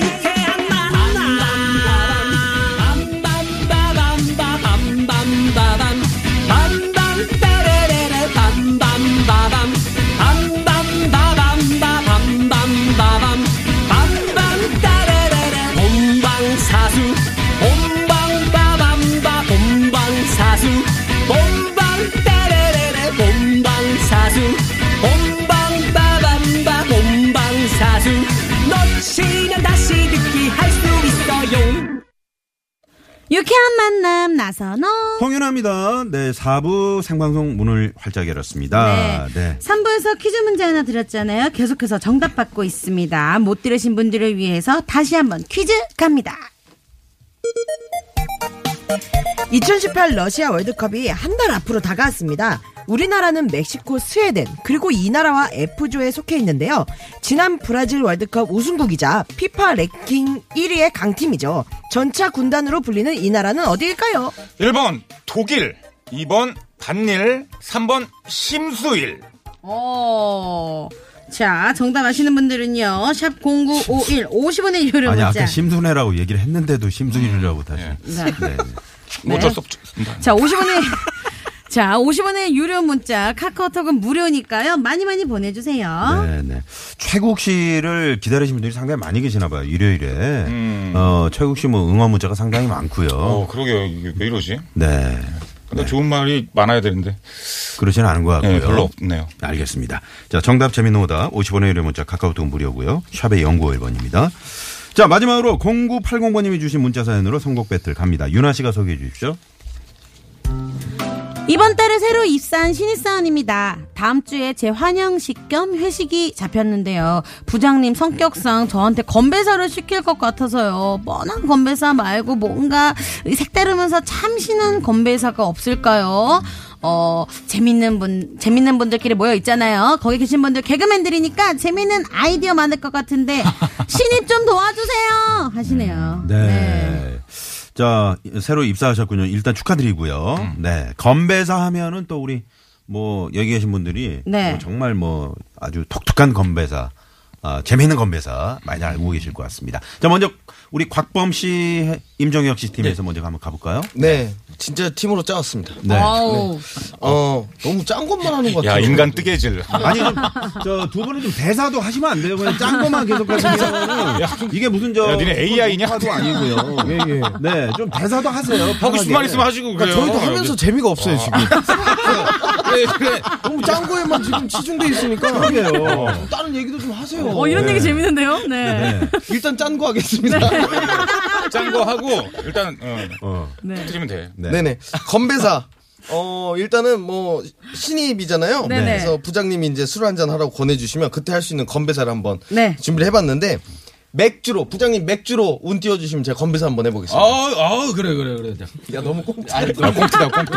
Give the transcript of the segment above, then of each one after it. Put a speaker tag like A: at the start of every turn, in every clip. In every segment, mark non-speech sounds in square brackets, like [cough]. A: 유쾌한 만남 빰빰빠밤빠밤빰빰빠밤 빰빰빠레레레 빰빰빠밤 빰빰빠밤빠밤빰빰빠밤 빰빰따레레레 본방사수 본방빠밤빠 본방사수 본방따레레레 본방사수 본방빠밤빠 본방사수 놓치면 다시 듣기 할 수 있어요
B: 유쾌한 만남 나선홍.
C: 홍윤아입니다. 네, 4부 생방송 문을 활짝 열었습니다. 네.
B: 3부에서 퀴즈 문제 하나 드렸잖아요. 계속해서 정답 받고 있습니다. 못 들으신 분들을 위해서 다시 한번 퀴즈 갑니다.
D: 2018 러시아 월드컵이 한 달 앞으로 다가왔습니다. 우리나라는 멕시코, 스웨덴, 그리고 이 나라와 F조에 속해 있는데요. 지난 브라질 월드컵 우승국이자 피파 랭킹 1위의 강팀이죠. 전차 군단으로 불리는 이 나라는 어디일까요?
E: 1번 독일, 2번 반일, 3번 심수일.
B: 오. 자, 정답 아시는 분들은요. 샵 0951 50원의 유료
C: 아니,
B: 문자.
C: 아까 심순애라고 얘기를 했는데도 심순이라고 다시. 네.
B: 네.
E: 어쩔 수 없죠.
B: 자, 50원의 [laughs] 자, 50원의 유료 문자. 카카오톡은 무료니까요. 많이 많이 보내 주세요.
C: 네, 네. 최국 씨를 기다리신 분들이 상당히 많이 계시나 봐요. 일요일에. 어, 최국 씨 뭐 응원 문자가 상당히 많고요.
E: 음. 어, 그러게요. 이게 왜 이러지?
C: 네.
E: 근데 좋은 말이 많아야 되는데
C: 아, 그러진 않은 것 같고요.
E: 네, 별로 없네요.
C: 알겠습니다. 자, 정답 재밌는 오다 50원의 유료 문자 카카오톡 무료고요. 샵의 영구 1번입니다. 자, 마지막으로 0980번님이 주신 문자 사연으로 선곡 배틀 갑니다. 윤아 씨가 소개해 주십시오.
B: 이번 달에 새로 입사한 신입사원입니다. 다음 주에 제 환영식 겸 회식이 잡혔는데요. 부장님 성격상 저한테 건배사를 시킬 것 같아서요. 뻔한 건배사 말고 뭔가 색다르면서 참신한 건배사가 없을까요? 어, 재밌는 분, 재밌는 분들끼리 모여 있잖아요. 거기 계신 분들 개그맨들이니까 재밌는 아이디어 많을 것
C: [laughs]
B: 같은데, 신입 좀 도와주세요! 하시네요.
C: 네. 자, 새로 입사하셨군요. 일단 축하드리고요.
E: 음.
C: 네. 건배사 하면은 또 우리 뭐 여기 계신 분들이
B: 네.
C: 뭐 정말 뭐 아주 독특한 건배사 아, 재미있는 건배사 많이
E: 음.
C: 알고 계실 것 같습니다. 자, 먼저 우리 곽범 씨, 임정혁 씨 팀에서 먼저 한번 가볼까요?
F: 네, 진짜 팀으로 짜왔습니다.
C: 네.
B: 어우,
F: 어, 너무 짠 것만 하는 것
E: 아. 야,
F: 같아요.
E: 인간 뜨개질.
C: 아니 [laughs] 저두 분은 좀 대사도 하시면 안 돼요. 그냥 짠 것만 계속 하시면 이게 무슨 저
E: 야, 니네 AI냐?
C: 도 아니고요. 네, 좀 대사도 하세요.
E: 하고 싶은
C: 편하게. 아,
E: 말 있으면 하시고 그래요.
F: 그러니까 저희도 하면서 재미가 없어요 지금. 네, 네. 너무 짠 거에만 지금 치중돼 있으니까.
C: 그러게요.
F: 다른 얘기도 좀 하세요.
B: 어, 이런 얘기 재밌는데요? 네.
C: 네.
F: 일단 짠 거 하겠습니다.
E: 짠거 하고 일단 어,
C: 어.
B: 네.
E: 드리면 돼.
C: 네.
F: 네. 네 건배사. 어, 일단은 뭐 신입이잖아요.
B: 네네.
F: 그래서 부장님이 이제 술 한잔 하라고 권해주시면 그때 할 수 있는 건배사를 한번
B: 네.
F: 준비를 해봤는데 맥주로 부장님 맥주로 운 띄워주시면 제가 건배사 한번 해보겠습니다.
G: 아, 그래, 그래, 그래.
F: 야 너무 꼭
E: 아, 꽁트다, 꽁트,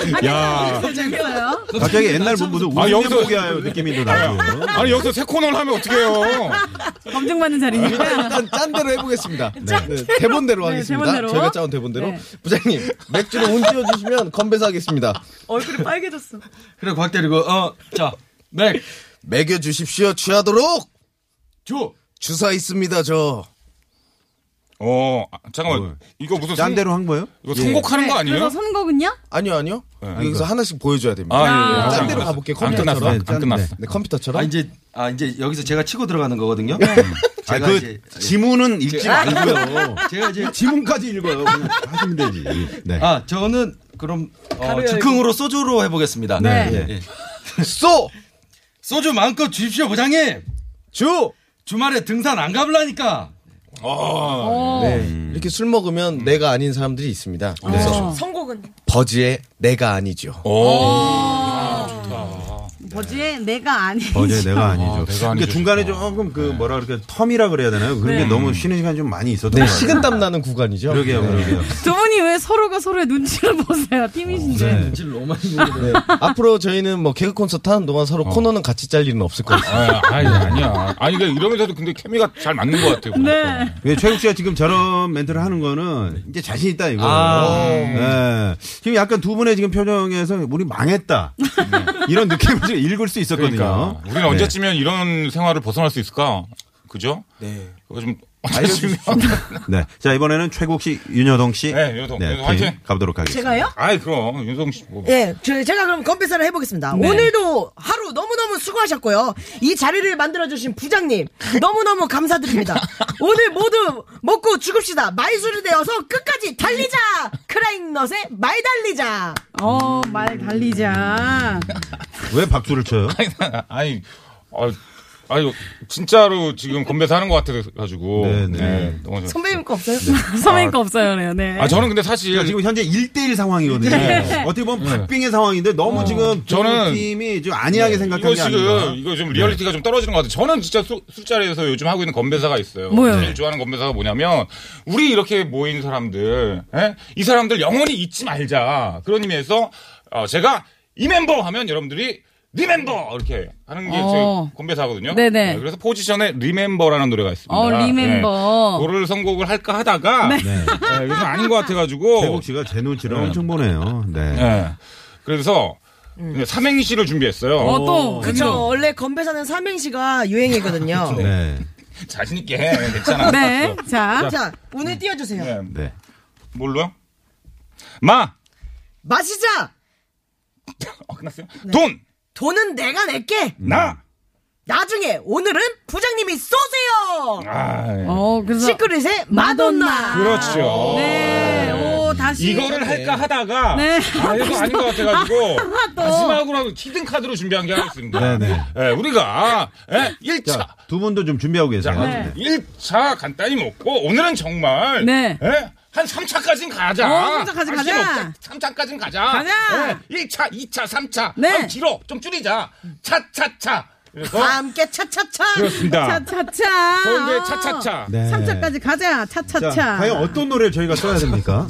E: 꽁트. 야.
B: 재밌어요.
C: 갑자기 옛날 분부터
E: 아,
C: 우연히
E: 여기서-
C: 보게 하요 느낌이 또 나고.
E: 아니, 여기서 새 코너를 하면 어떡해요.
B: 검증받는
C: 네.
B: 자리니까. [laughs]
F: 일단 짠대로 해보겠습니다. 네, 대본대로
B: 네,
F: 하겠습니다.
B: 대본대로.
F: 제가 짜온 대본대로.
B: 네.
F: 부장님, 맥주로 운 띄워주시면 건배사하겠습니다.
B: 얼굴이 빨개졌어.
G: 그래, 곽 때리고, 어, 자, 맥,
F: 먹여주십시오, 취하도록!
G: 주.
F: 주사 있습니다, 저.
E: 어, 아, 잠깐만.
C: 뭘.
E: 이거 무슨 선-
C: 짠대로 한 거예요?
E: 이거 선곡하는 거 아니에요?
B: 네. 그래서 선곡은요?
F: 아니요, 아니요. 여기서
C: 이거.
F: 하나씩 보여줘야 됩니다.
E: 아, 예, 예.
F: 짠대로
E: 안
F: 가볼게요,
E: 안 끝났어.
F: 컴퓨터처럼.
E: 안 끝났어.
F: 네, 컴퓨터처럼.
G: 아, 이제, 아, 이제 여기서 제가 치고 들어가는 거거든요.
E: 네.
C: 아,
G: 제가
C: 그
G: 이제,
C: 지문은
E: 아,
C: 읽지 말고요.
G: 제가 이제,
C: 지문까지
E: 네.
C: 읽어요. 그냥 하시면 되지. 네.
G: 아, 저는 그럼, 어, 즉흥으로 소주로 해보겠습니다.
B: 네.
G: 예, 예.
F: 쏘!
G: 소주 마음껏 주십시오, 부장님!
F: 주!
G: 주말에 등산 안 가볼라니까!
F: 이렇게 술 먹으면 내가 아닌 사람들이 있습니다.
B: 어.
F: 그래서
H: 선곡은
F: 버즈의 내가 아니죠.
B: 버즈의 내가 아니지.
C: 어제 내가 아니죠.
E: 내가
C: 그러니까
E: 아니죠. 어. 네.
C: 중간에 조금 그 뭐라 그럴까
E: 네,
C: 텀이라 그래야 되나요? 그런 게 너무 쉬는 시간 좀 많이 있었던 것 같아요.
F: 식은땀 나는 구간이죠.
C: 그러게요,
F: 네.
C: 그러게요.
B: 두 분이 아니 왜 서로가 서로의 눈치를 보세요 팀이신데
C: 네.
F: 질 너무 많이
G: 네.
F: 보는데.
G: 앞으로 저희는 뭐 개그 콘서트 하는 동안 서로 코너는 같이 짤 일은 없을 거예요.
E: 아, 아니 아니야. 아니 근데 이러면서도 근데 케미가 잘 맞는 것 같아요. 보니까.
C: 왜 최욱 씨가 지금 저런 멘트를 하는 거는 이제 자신 있다 이거.
E: 아.
C: 예. 지금 약간 두 분의 지금 표정에서 우리 망했다 이런 느낌을 지금 읽을 수 있었거든요.
E: 네. 그러니까 우리는
C: 네.
E: 언제쯤이면 이런 생활을 벗어날 수 있을까? 그죠?
F: 네.
E: 그거 좀 언제쯤이면?
C: 네. 자 이번에는 최국 씨, 윤여동 씨.
E: 네, 윤여동. 윤여동
C: 팀
E: 화이팅!
C: 가보도록 하겠습니다.
D: 제가요?
E: [laughs] 아이 그럼 윤성 씨. 뭐. [laughs]
D: 예, 저- 제가 그럼 건배사를 해보겠습니다.
B: 네.
D: 오늘도 하루 너무너무 수고하셨고요. 이 자리를 만들어주신 부장님,
B: [laughs]
D: 너무너무 감사드립니다. 오늘 모두 먹고 죽읍시다. 말술이 되어서 끝까지 달리자! 크라잉넛의 말 달리자!
B: 어말 달리자
C: 왜 박수를 쳐요?
E: 아니, 아, 아니 진짜로 지금 건배사 하는 것 같아서 가지고.
C: 네, 네.
E: 너무 좋-
D: 선배님 거 없어요?
B: 네.
D: [laughs]
B: 선배님 거 없어요네요 네.
E: 아 저는 근데 사실
C: 그러니까 지금 현재 1대1 상황이거든요. 어떻게 보면 박빙의 상황인데 너무 지금 두
E: 네. 어. 저는 네.
C: 팀이 좀 안이하게
E: 이거
C: 생각한 게
E: 지금
C: 아닌가.
E: 이거 좀 리얼리티가 좀 떨어지는 것 같아요. 저는 진짜 술, 술자리에서 요즘 하고 있는 건배사가 있어요.
B: 뭐요?
E: 제일 좋아하는 건배사가 뭐냐면 우리 이렇게 모인 사람들, 예? 이 사람들 영원히 잊지 말자. 그런 의미에서 어, 제가 이 멤버 하면 여러분들이 리멤버 이렇게 하는 게
B: 어.
E: 제 건배사거든요.
B: 네네.
E: 그래서 포지션에 리멤버라는 노래가 있습니다.
B: 어, 네. Remember.
E: 예. 그거를 선곡을 할까 하다가 예, 요즘 아닌 것
C: [laughs]
E: 같아가지고
C: 최국 씨가
E: 네.
C: 제 눈치를 엄청 보네요. 네.
E: 예. 그래서 삼행시를 준비했어요.
B: 음. 어또
D: 그쵸. 원래 건배사는 삼행시가
B: [laughs]
D: 유행이거든요.
C: 네.
E: 자신 있게 해. 괜찮아.
B: 네자 음.
D: 자, 오늘 띄워주세요.
E: 네.
C: 네.
E: 뭘로요? 마.
D: 마시자!
E: 어, 끝났어요?
B: 네.
E: 돈.
D: 돈은 내가 낼게!
E: 나.
D: 나중에 오늘은 부장님이 쏘세요!
E: 아. 예.
B: 어, 그래서
D: 시크릿의 마돈나!
E: 그렇죠.
B: 네. 오, 다시
E: 이거를 할까 하다가
B: 네.
E: 아 이거 아닌 것 같아가지고
B: [laughs]
E: 마지막으로 히든 카드로 준비한 게 하나 있습니다.
C: 네네.
E: 예, 우리가 예, 1차
C: 자, 두 분도 좀 준비하고
E: 네.
C: 계세요. 네.
E: 자, 일 1차 간단히 먹고 오늘은 정말
B: 네.
E: 예? 한 3차까진 가자.
B: 어, 3차까지 가자.
E: 3차까진 가자.
B: 가자.
E: 예, 1차, 2차, 3차.
B: 네.
E: 아, 길어. 좀 줄이자. 차차차. 그래서
D: 다 함께 차차차!
E: 그렇습니다.
B: 차차차
E: 서울대 차차차.
C: 네.
B: 삼차까지 가자
C: 자,
B: 차차차
C: 과연 어떤 노래를 저희가 써야 됩니까?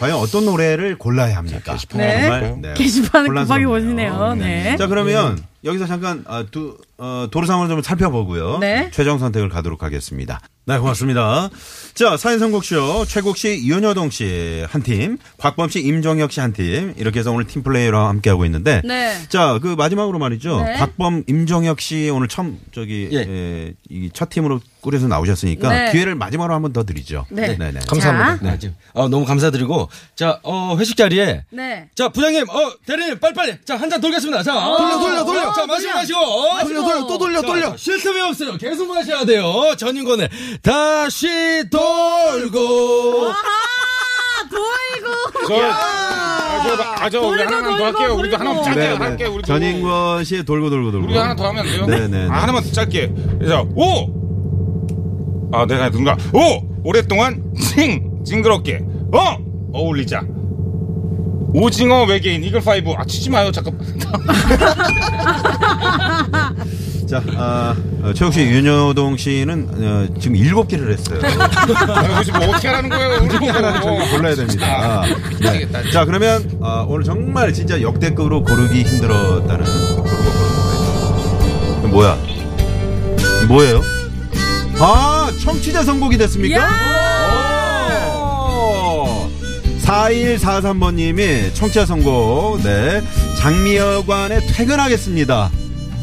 C: 과연 어떤 노래를 골라야 합니까?
B: 네.
C: 정말 네.
B: 게시판을 급하게
C: 혼란스럽네요.
B: 보시네요 네.
C: 자 그러면 여기서 잠깐 아, 두, 어, 도로 상황을 좀 살펴보고요.
B: 네.
C: 최종 선택을 가도록 하겠습니다. 네 고맙습니다. 자 사인 선곡쇼 최국 씨, 윤여동 씨 한 팀, 곽범 씨, 임종혁 씨 한 팀 이렇게 해서 오늘 팀 플레이로 함께 하고 있는데.
B: 네.
C: 자그 마지막으로 말이죠.
B: 네.
C: 곽범, 임종혁 씨 오늘 처음 저기
F: 예.
C: 예, 이첫 팀으로 꾸려서 나오셨으니까
B: 네.
C: 기회를 마지막으로 한 번 더 드리죠.
B: 네.
C: 네네.
B: 감사합니다.
F: 네, 지금, 어, 너무 감사드리고 자, 어, 회식 자리에
B: 네.
F: 자, 부장님, 어, 대리님, 빨리빨리. 자, 한 잔 돌겠습니다. 자, 돌려, 돌려, 돌려. 자, 마시고, 어. 마시고. 어,
G: 돌려, 돌려, 또 돌려,
F: 자,
G: 돌려.
F: 자, 쉴 틈이 없어요. 계속 마셔야 돼요. 전인권을 다시 돌고.
B: 아 돌고
E: 저, 아, 저, 아, 저, 우리
B: 돌고,
E: 하나만 더
B: 돌고,
E: 할게요.
B: 돌고.
E: 우리도 하나만 짧게 할게요. 네, 우리도.
C: 전인권 씨의 돌고 돌고 돌고.
E: 우리가 하나 더 하면 안 돼요?
C: 네네.
E: 아, 하나만 더 짧게. 그래서, 오! 아, 내가 누군가. 오! 오랫동안, 징! 징그럽게. 어! 어울리자. 오징어 외계인, 이글파이브. 아, 치지 마요, 잠깐.
C: 자, 아, 어, 최욱 씨, 윤여동 씨는 어, 지금 일곱 개를 했어요.
E: 아, 이거 뭐 어떻게 하라는 거예요? 뭐. 아,
C: 중에 하나를 저희가 골라야 됩니다. 네. 자, 그러면 아, 오늘 정말 진짜 역대급으로 고르기 힘들었다는 고르고 고르는 노래. 뭐야? 뭐예요? 아, 청취자 선곡이 됐습니까? 오! 4143번님이 청취자 선곡, 네. 장미여관에 퇴근하겠습니다.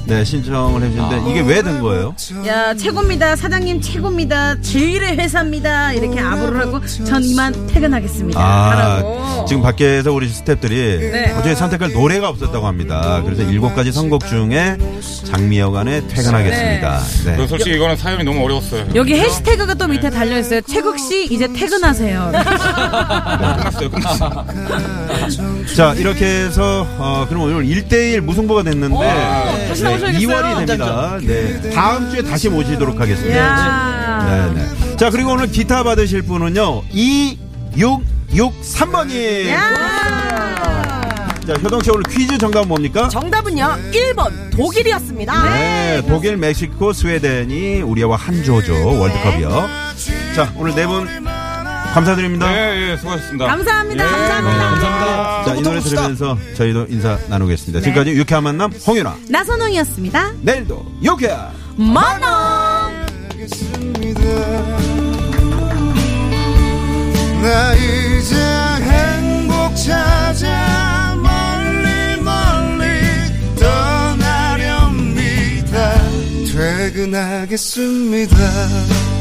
C: 네, 신청을 해주셨는데, 이게 왜 된 거예요?
B: 야 최고입니다 사장님 최고입니다 제일의 회사입니다 이렇게 아부를 하고 전 이만 예, 퇴근하겠습니다
C: 아,
B: 하라고.
C: 지금 밖에서 우리 스탭들이
B: 네. 음.
C: 도저히 선택할 노래가 없었다고 합니다. 그래서 일곱 가지 선곡 중에 장미여관에 퇴근하겠습니다. 네.
E: 저 솔직히 이거는 사연이 너무 어려웠어요.
B: 여기 해시태그가 또 밑에 달려 있어요. 최국 씨 이제 퇴근하세요.
E: 네, 끝났어요, 끝났어요.
C: 자, 이렇게 해서, 어, 그럼 오늘 1대1 무승부가 됐는데, 네,
B: 다시 나오셔야겠어요.
C: 2월이 됩니다. 네. 다음 주에 다시 모시도록 하겠습니다.
B: 야.
C: 네, 네. 자, 그리고 오늘 기타 받으실 분은요, 2663번님. 자, 효동 씨 오늘 퀴즈 정답 뭡니까?
D: 정답은요, 1번 독일이었습니다.
C: 네, 독일, 멕시코, 스웨덴이 우리와 한 조죠 월드컵이요. 자, 오늘 네 분 감사드립니다.
E: 예, 예, 수고하셨습니다.
B: 감사합니다.
C: 네,
E: 예,
B: 감사합니다.
E: 감사합니다.
C: 자, 이 노래 들으면서 저희도 인사 나누겠습니다. 지금까지 유쾌한 만남 홍윤아.
B: 나선홍이었습니다.
C: 내일도 유쾌한
B: 만원!
H: 알겠습니다. 나 이제 행복 찾아 멀리 멀리 떠나렵니다. 퇴근하겠습니다.